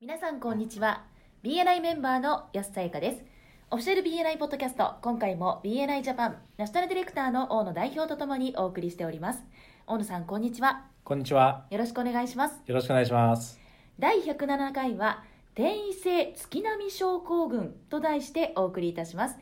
皆さんこんにちは BNI メンバーの安さゆかですオフィシャル BNI ポッドキャスト今回も BNI ジャパンナショナルディレクターの大野代表とともにお送りしております大野さんこんにちはこんにちは。よろしくお願いしますよろしくお願いします。第107回は転移性月並み症候群と題してお送りいたします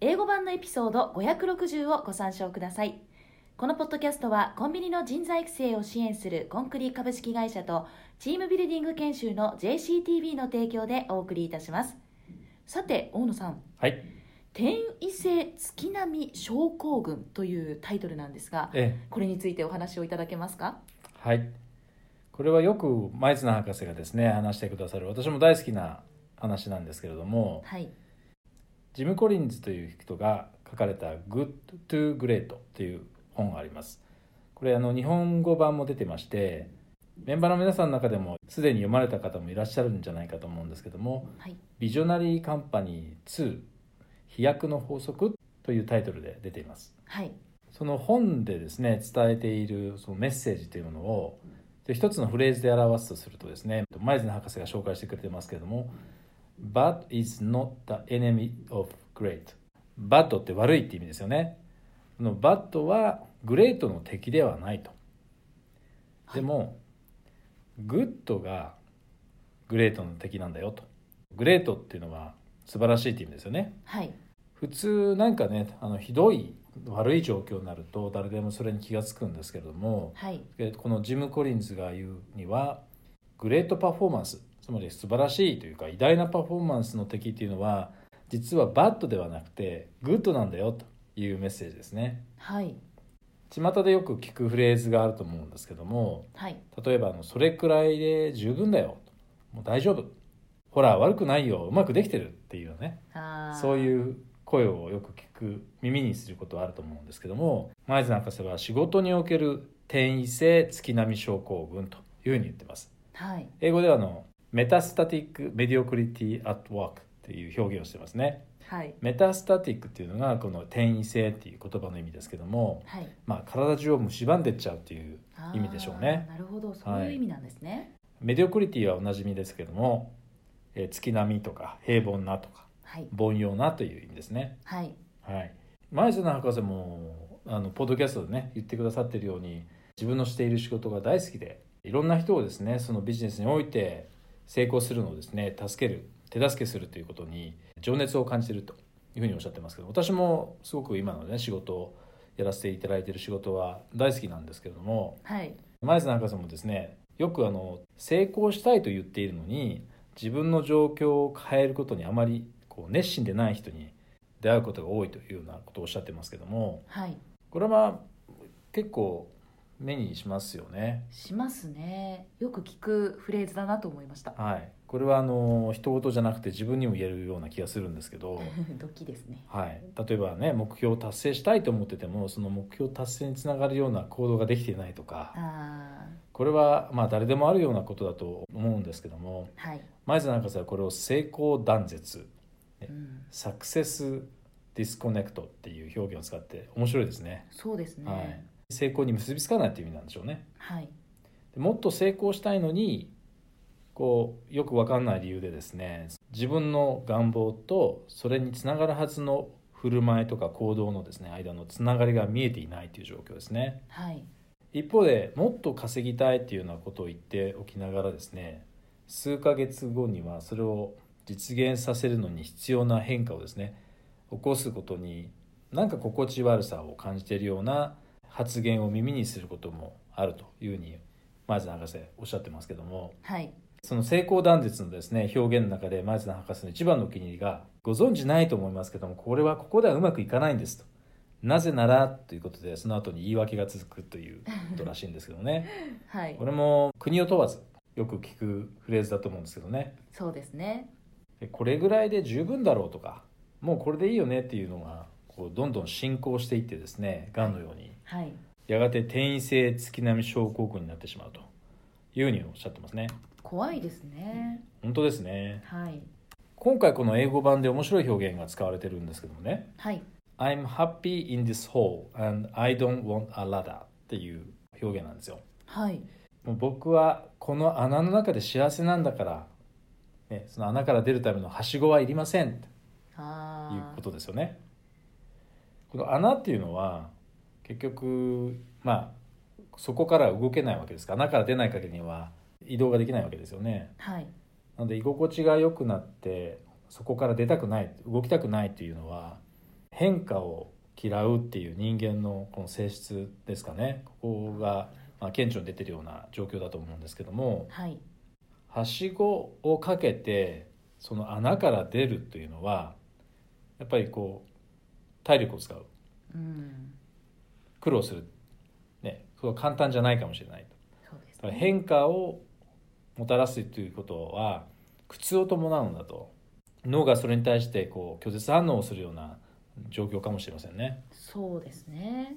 英語版のエピソード560をご参照くださいこのポッドキャストはコンビニの人材育成を支援するコンクリ株式会社とチームビルディング研修の JCTV の提供でお送りいたしますさて大野さんはい。転移性月並み症候群というタイトルなんですがえこれについてお話をいただけますかえ、はい。これはよく前綱博士がですね、話してくださる、私も大好きな話なんですけれども、はいジム・コリンズという人が書かれた Good to Great という本があります。これあの日本語版も出てまして、メンバーの皆さんの中でもすでに読まれた方もいらっしゃるんじゃないかと思うんですけども、はいビジョナリーカンパニー2飛躍の法則というタイトルで出ています。はいその本でですね伝えているそのメッセージというものをで一つのフレーズで表すとするとですね前津博士が紹介してくれてますけれども「Bad is not the enemy of great」「Bad」って悪いって意味ですよねこの「Bad」は「Great」の敵ではないとでも「Good」が「Great」の敵なんだよと「Great」っていうのは素晴らしいって意味ですよねはい普通なんかねあのひどい悪い状況になると誰でもそれに気が付くんですけれどもはいえこのジム・コリンズが言うにはグレートパフォーマンスつまり素晴らしいというか偉大なパフォーマンスの敵っていうのは実はバッドではなくてグッドなんだよというメッセージですねはい巷でよく聞くフレーズがあると思うんですけどもはい例えばあの「それくらいで十分だよ」もう大丈夫」「ほら悪くないようまくできてる」っていうねあーそういう声をよく聞く耳にすることはあると思うんですけども前津博士は仕事における転移性月並み症候群というふうに言ってますはい英語ではあのメタスタティック・メディオクリティ・アット・ワークっていう表現をしてますねはいメタスタティックっていうのがこの転移性っていう言葉の意味ですけども、はいまあ、体中を蝕んでっちゃうっていうあー意味でしょうねなるほどそういう意味なんですねメディオクリティはおなじみですけども、えー月並みとか平凡なとかはい凡庸なという意味ですねはいはい、前園博士もあのポッドキャストでね言ってくださってるように自分のしている仕事が大好きでいろんな人をですねそのビジネスにおいて成功するのをですね助ける手助けするということに情熱を感じてるというふうにおっしゃってますけど私もすごく今のね仕事をやらせていただいている仕事は大好きなんですけれどもはい前津博士もですねよくあの成功したいと言っているのに自分の状況を変えることにあまりこう熱心でない人に出会うことが多いというようなことをおっしゃってますけどもはいこれはまあ結構目にしますよね。しますねよく聞くフレーズだなと思いましたはい、これはあの人事じゃなくて自分にも言えるような気がするんですけど、 ドキですねはい、例えばね目標を達成したいと思っててもその目標達成につながるような行動ができていないとかあこれはまあ誰でもあるようなことだと思うんですけどもーはい、前津博士はこれを成功断絶うん、サクセスディスコネクトっていう表現を使って面白いですね、そうですねはい、成功に結びつかないっていう意味なんでしょうねはいでもっと成功したいのにこうよく分かんない理由でですね自分の願望とそれにつながるはずの振る舞いとか行動のですね間のつながりが見えていないという状況ですねはい一方でもっと稼ぎたいっていうようなことを言っておきながらですね数ヶ月後にはそれを実現させるのに必要な変化をですね起こすことになんか心地悪さを感じているような発言を耳にすることもあるというふうに前津博士おっしゃってますけどもはいその成功断絶のですね表現の中で前津博士の一番のお気に入りがご存知ないと思いますけどもこれはここではうまくいかないんですとなぜならということでその後に言い訳が続くということらしいんですけどねはいこれも国を問わずよく聞くフレーズだと思うんですけどねそうですねでこれぐらいで十分だろうとかもうこれでいいよねっていうのがこうどんどん進行していってですねがんのようにはいやがて転移性月並み症候群になってしまうというふうにおっしゃってますね怖いですね、本当ですねはい今回この英語版で面白い表現が使われてるんですけどもねはい I'm happy in this hole and I don't want a ladder っていう表現なんですよはいもう僕はこの穴の中で幸せなんだからね、その穴から出るためのはしごはいりませんというあことですよね。この穴っていうのは結局まあそこから動けないわけですから穴から出ない限りには移動ができないわけですよね。あはいなので居心地が良くなってそこから出たくない動きたくないっていうのは変化を嫌うっていう人間のこの性質ですかねここが、まあ、顕著に出てるような状況だと思うんですけどもはいはしごをかけてその穴から出るというのはやっぱりこう体力を使ううん苦労する、ね、そう簡単じゃないかもしれないと。そうですだからね変化をもたらすということは苦痛を伴うんだと脳がそれに対してこう拒絶反応をするような状況かもしれませんね、そうですね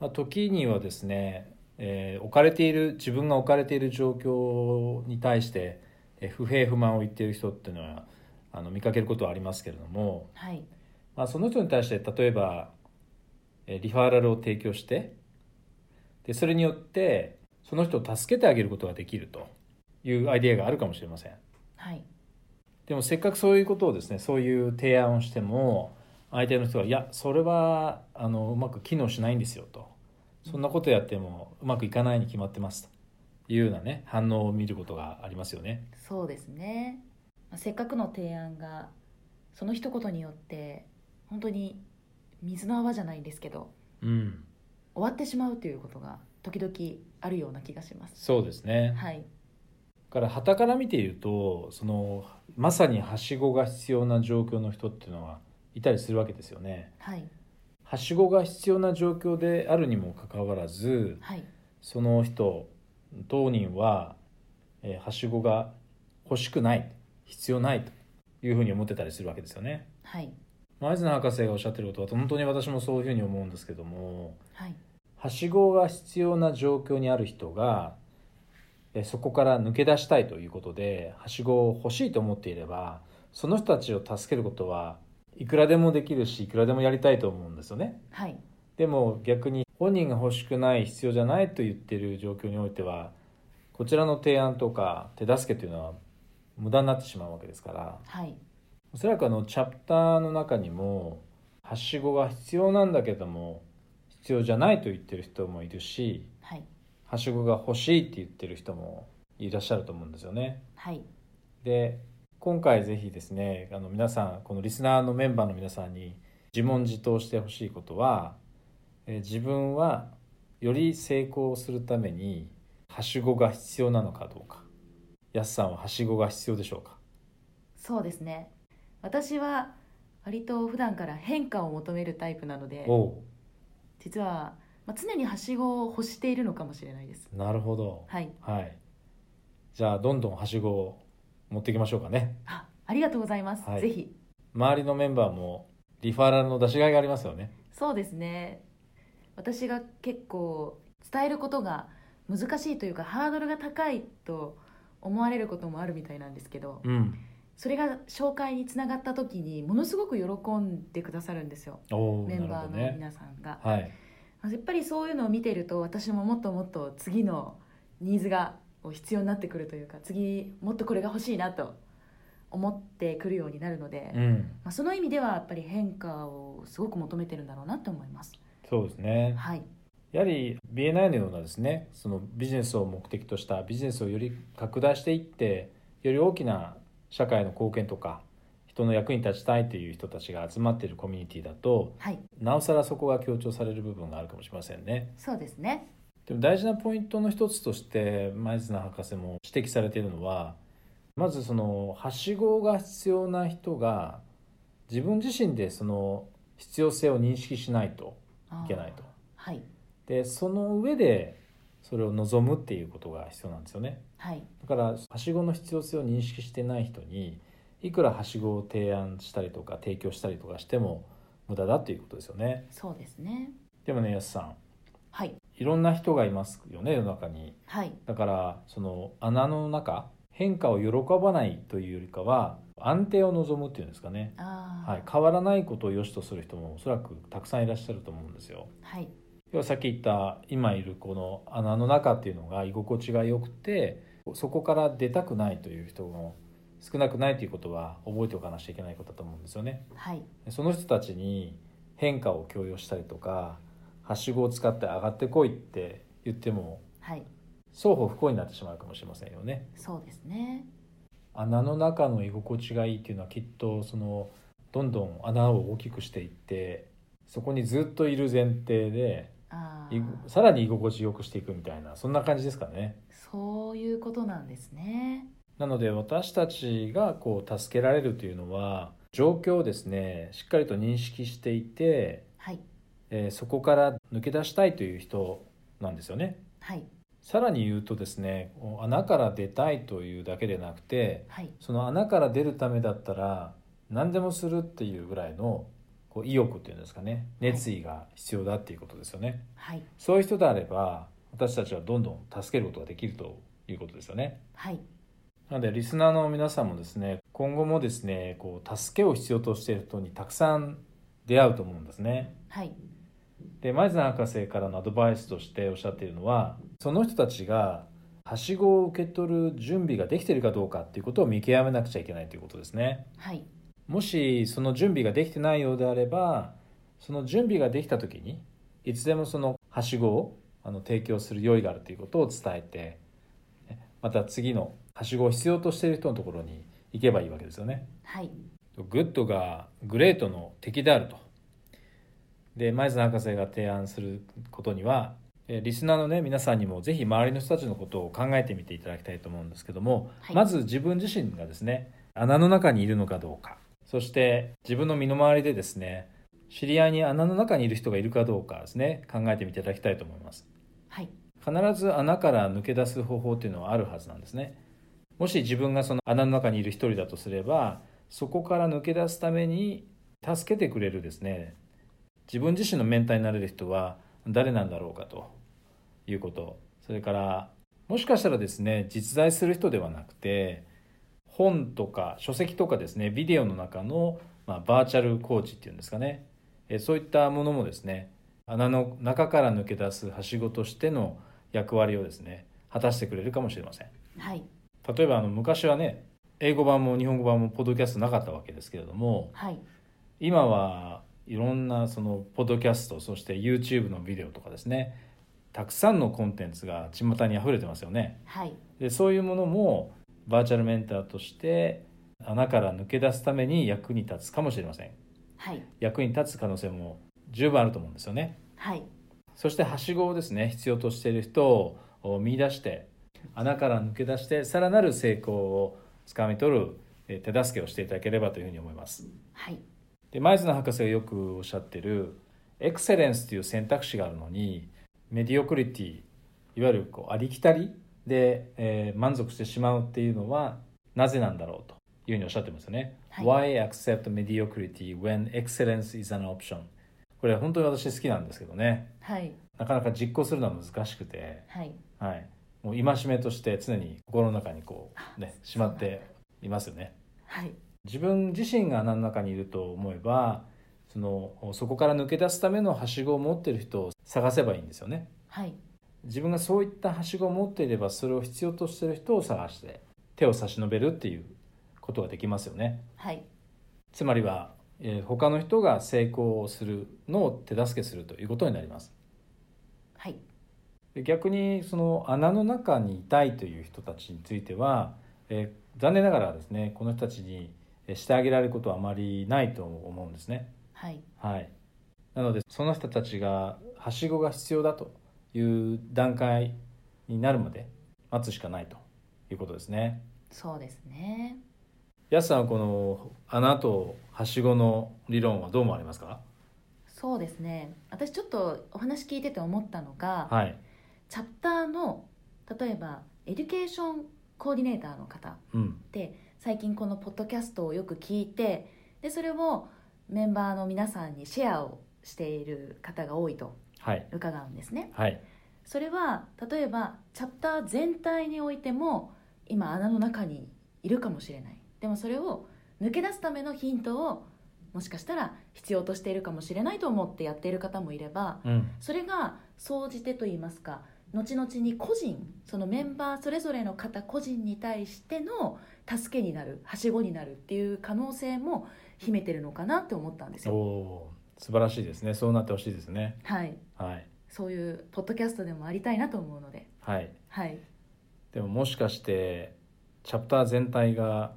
まあ、時にはですね、えー置かれている自分が置かれている状況に対して、えー不平不満を言っている人っていうのはあの見かけることはありますけれども、はいまあ、その人に対して例えばえーリファーラルを提供してでそれによってその人を助けてあげることができるというアイデアがあるかもしれませんはいでもせっかくそういうことをですねそういう提案をしても相手の人が「いやそれはあのうまく機能しないんですよ」と「そんなことやってもうまくいかないに決まってます」というようなね反応を見ることがありますよね。そうですねまあせっかくの提案がその一言によって本当に水の泡じゃないんですけどうん、終わってしまうということが時々あるような気がしますそうですね、はいから傍から見ているとそのまさにはしごが必要な状況の人っていうのはいたりするわけですよね。はいはしごが必要な状況であるにもかかわらずはいその人当人は、えーはしごが欲しくない必要ないというふうに思ってたりするわけですよね。はい前津博士がおっしゃってることは本当に私もそういうふうに思うんですけどもはいはしごが必要な状況にある人がえそこから抜け出したいということではしごを欲しいと思っていればその人たちを助けることはいくらでもできるしいくらでもやりたいと思うんですよね。はいでも逆に本人が欲しくない必要じゃないと言ってる状況においてはこちらの提案とか手助けというのは無駄になってしまうわけですからはいおそらくあのチャプターの中にもはしごが必要なんだけども必要じゃないと言ってる人もいるしはいはしごが欲しいって言ってる人もいらっしゃると思うんですよね。はいで今回ぜひですねあの皆さんこのリスナーのメンバーの皆さんに自問自答してほしいことは、えー自分はより成功するためにはしごが必要なのかどうかやすさんははしごが必要でしょうかそうですね私は割と普段から変化を求めるタイプなのでおお実は、まあ、常にはしごを欲しているのかもしれないですうなるほどはいはい。じゃあどんどんはしごを持っていきましょうかね。あありがとうございます、はいぜひ周りのメンバーもリファラルの出しがいがありますよね。そうですね私が結構伝えることが難しいというかハードルが高いと思われることもあるみたいなんですけどうん。それが紹介につながった時にものすごく喜んでくださるんですよおお、メンなバーるほどのね。皆さんが、はい。やっぱりそういうのを見てると私ももっともっと次のニーズが必要になってくるというか次もっとこれが欲しいなと思ってくるようになるので、うまん。あ、その意味ではやっぱり変化をすごく求めてるんだろうなと思います。そうですね。はい、やはり BNI のようなですね、そのビジネスを目的としたビジネスをより拡大していって、より大きな社会の貢献とか、人の役に立ちたいという人たちが集まっているコミュニティだと、はい、なおさらそこが強調される部分があるかもしれませんね。そうですね。でも大事なポイントの一つとして前綱博士も指摘されているのはまずそのはしごが必要な人が自分自身でその必要性を認識しないとあーいけないと。はい、でその上でそれを望むっていうことが必要なんですよねはい、だからはしごの必要性を認識してない人にいくらはしごを提案したりとか提供したりとかしても無駄だっていうことですよねそうですね。でもね安さんはい、いろんな人がいますよね世の中にはい、だからその穴の中変化を喜ばないというよりかは安定を望むっていうんですかね、ああ、はい、変わらないことを良しとする人もおそらくたくさんいらっしゃると思うんですよ。はい、要はさっき言った今いるこの穴の中っていうのが居心地が良くてそこから出たくないという人も少なくないということは覚えておかなきゃいけないことだと思うんですよね。はいその人たちに変化を強要したりとかはしごを使って上がってこいって言ってもはい双方不幸になってしまうかもしれませんよね。そうですね穴の中の居心地がいいっていうのはきっとそのどんどん穴を大きくしていってそこにずっといる前提であいあさらに居心地よくしていくみたいなそんな感じですかね。そういうことなんですねなので私たちがこう助けられるというのは状況をですねしっかりと認識していて、はいえーそこから抜け出したいという人なんですよね。はいさらに言うとですねこう穴から出たいというだけでなくてはいその穴から出るためだったら何でもするっていうぐらいのこう意欲っていうんですかね熱意が必要だっていうことですよね。はいそういう人であれば私たちはどんどん助けることができるということですよね。はいなのでリスナーの皆さんもですね今後もですねこう助けを必要としている人にたくさん出会うと思うんですね。はいで前津博士からのアドバイスとしておっしゃっているのはその人たちがはしごを受け取る準備ができているかどうかっていうことを見極めなくちゃいけないということですね。はいもしその準備ができてないようであればその準備ができた時にいつでもそのはしごをあの提供する用意があるということを伝えてねまた次のはしごを必要としている人のところに行けばいいわけですよね。はいグッドがグレートの敵であると。で前津博士が提案することにはえリスナーのね皆さんにもぜひ周りの人たちのことを考えてみていただきたいと思うんですけども、はいまず自分自身がですね穴の中にいるのかどうかそして自分の身の回りでですね知り合いに穴の中にいる人がいるかどうかですね考えてみていただきたいと思います。はい必ず穴から抜け出す方法っていうのはあるはずなんですねもし自分がその穴の中にいる一人だとすればそこから抜け出すために助けてくれるですね自分自身のメンターになれる人は誰なんだろうかということそれからもしかしたらですね実在する人ではなくて本とか書籍とかですねビデオの中の、まあ、バーチャルコーチっていうんですかねえーそういったものもですね穴の中から抜け出すはしごとしての役割をですね果たしてくれるかもしれませんはい例えばあの昔はね英語版も日本語版もポッドキャストなかったわけですけれどもはい今はいろんなそのポッドキャストそして YouTube のビデオとかですねたくさんのコンテンツが巷に溢れてますよねはいでそういうものもバーチャルメンターとして穴から抜け出すために役に立つかもしれませんはい役に立つ可能性も十分あると思うんですよねはいそしてはしごをですね必要としている人を見出して穴から抜け出してさらなる成功をつかみ取るえー手助けをしていただければというふうに思いますはいで前津博士がよくおっしゃってるエクセレンスという選択肢があるのにメディオクリティいわゆるこうありきたりで、えー満足してしまうっていうのはなぜなんだろうというふうにおっしゃってますよね、はい Why accept mediocrity when excellence is an option? これ本当に私好きなんですけどねはいなかなか実行するのは難しくて、はいはい、もう戒めとして常に心の中にこうねあしまっていますよね。はい自分自身が穴の中にいると思えばそのそこから抜け出すためのはしごを持っている人を探せばいいんですよね。はい自分がそういったはしごを持っていればそれを必要としている人を探して手を差し伸べるっていうことができますよね。はいつまりは、えー他の人が成功をするのを手助けするということになります。はいで逆にその穴の中にいたいという人たちについては、えー残念ながらですねこの人たちにえーしてあげられることはあまりないと思うんですね。はいはい、なのでその人たちがはしごが必要だという段階になるまで待つしかないということですね。そうですねやすさんはこの穴とはしごの理論はどう思われますかそうですね私ちょっとお話聞いてて思ったのが、はい、チャプターの例えばエデュケーションコーディネーターの方っうんて最近このポッドキャストをよく聞いてでそれをメンバーの皆さんにシェアをしている方が多いとはい伺うんですねはいそれは例えばチャプター全体においても今穴の中にいるかもしれないでもそれを抜け出すためのヒントをもしかしたら必要としているかもしれないと思ってやっている方もいればうんそれが総じてと言いますか後々に個人そのメンバーそれぞれの方個人に対しての助けになるはしごになるっていう可能性も秘めてるのかなって思ったんですおよ。おー素晴らしいですねそうなってほしいですねはい、はいそういうポッドキャストでもありたいなと思うので、はいはい、でももしかしてチャプター全体が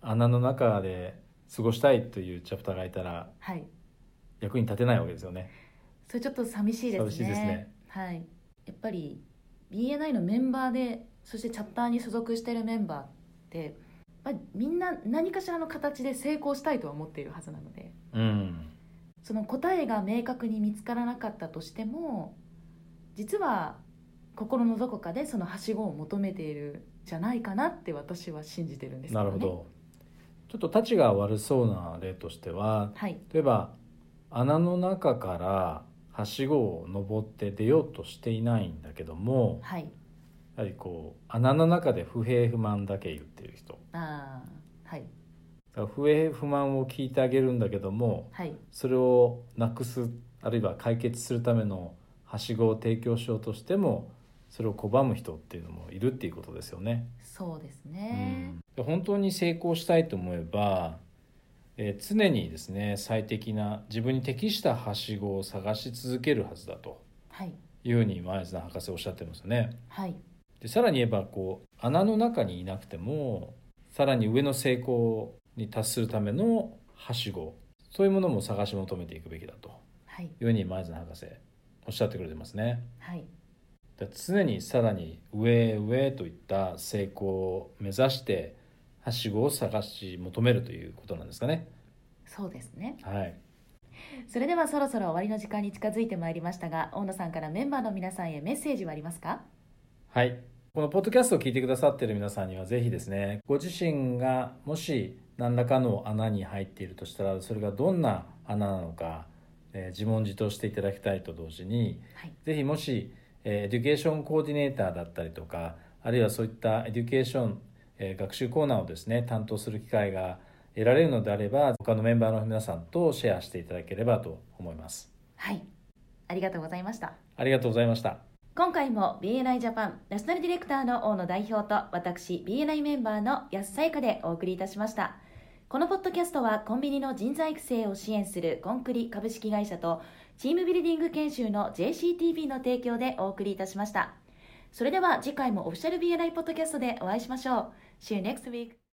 穴の中で過ごしたいというチャプターがいたらはい、役に立てないわけですよねそれちょっと寂しいですね。寂しいですねはい、やっぱり BNI のメンバーでそしてチャプターに所属しているメンバーって、まあ、みんな何かしらの形で成功したいとは思っているはずなのでうんその答えが明確に見つからなかったとしても実は心のどこかでそのはしごを求めているじゃないかなって私は信じてるんですけなね。るほどちょっとたちが悪そうな例としてははい、例えば穴の中からはしごを登って出ようとしていないんだけどもはい、やはりこう穴の中で不平不満だけ言っている人あーはい、だから不平不満を聞いてあげるんだけどもはい、それをなくすあるいは解決するためのはしごを提供しようとしてもそれを拒む人っていうのもいるっていうことですよね。そうですうね。ん本当に成功したいと思えば、えー常にですね最適な自分に適したはしごを探し続けるはずだとはい、いうふうに前津博士おっしゃってますよね。はい、でさらに言えばこう穴の中にいなくてもさらに上の成功に達するためのはしごそういうものも探し求めていくべきだとはい、いうふうに前津博士おっしゃってくれてますね。はい、だから常にさらに上へ上へといった成功を目指してはしごを探し求めるということなんですかね。そうですね。はい、それではそろそろ終わりの時間に近づいてまいりましたが大野さんからメンバーの皆さんへメッセージはありますかはい、このポッドキャストを聞いてくださっている皆さんにはぜひですねご自身がもし何らかの穴に入っているとしたらそれがどんな穴なのか、えー自問自答していただきたいと同時にはいぜひもし、えーエデュケーションコーディネーターだったりとかあるいはそういったエデュケーション、えー学習コーナーをですね担当する機会が得られるのであれば他のメンバーの皆さんとシェアしていただければと思いますはいありがとうございましたありがとうございました今回も BNI ジャパンナショナルディレクターの大野代表と私 BNI メンバーの安さゆかでお送りいたしましたこのポッドキャストはコンビニの人材育成を支援するコンクリ株式会社とチームビルディング研修の JCTV の提供でお送りいたしましたそれでは次回もオフィシャル BNI ポッドキャストでお会いしましょう See you next week